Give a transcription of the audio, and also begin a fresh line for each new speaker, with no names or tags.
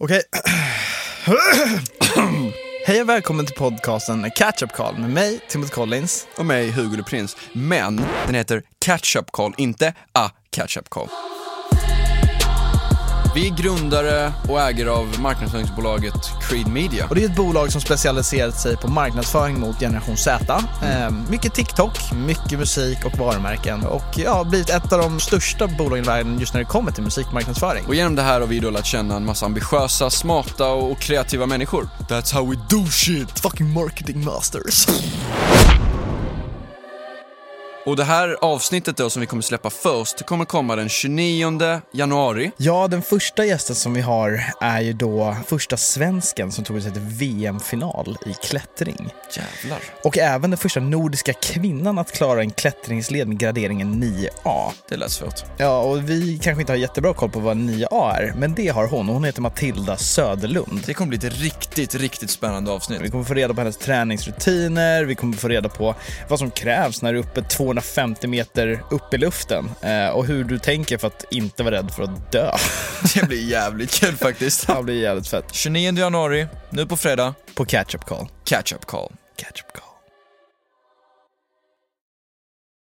Okej. Hej och välkommen till podcasten Catch Up Call med mig, Timothy Collins.
och mig, Hugo Le Prins. Men den heter Catch Up Call, inte A Catch Up Call. Vi är grundare och ägare av marknadsföringsbolaget Creed Media.
Och det är ett bolag som specialiserat sig på marknadsföring mot generation Z. Eh, mycket TikTok, mycket musik och varumärken. Och ja, har blivit ett av de största bolagen i världen just när det kommer till musikmarknadsföring.
Och genom det här har vi då lärt känna en massa ambitiösa, smarta och kreativa människor. That's how we do shit!
Oh, Fucking marketing masters.
Och det här avsnittet då som vi kommer släppa först kommer komma den 29 januari.
Ja, den första gästen som vi har är ju då första svensken som tog sig till VM-final i klättring.
Jävlar.
Och även den första nordiska kvinnan att klara en klättringsled med graderingen 9A.
Det lät svårt.
Ja, och vi kanske inte har jättebra koll på vad 9A är, men det har hon. Hon heter Matilda Söderlund.
Det kommer bli ett riktigt, riktigt spännande avsnitt.
Vi kommer få reda på hennes träningsrutiner, vi kommer få reda på vad som krävs när du är uppe 250 meter upp i luften eh, och hur du tänker för att inte vara rädd för att dö.
Det blir jävligt kul faktiskt.
Det här blir jävligt fett.
29 januari, nu på fredag,
På catch-up call.
Catch Up Call.
Catch-up call.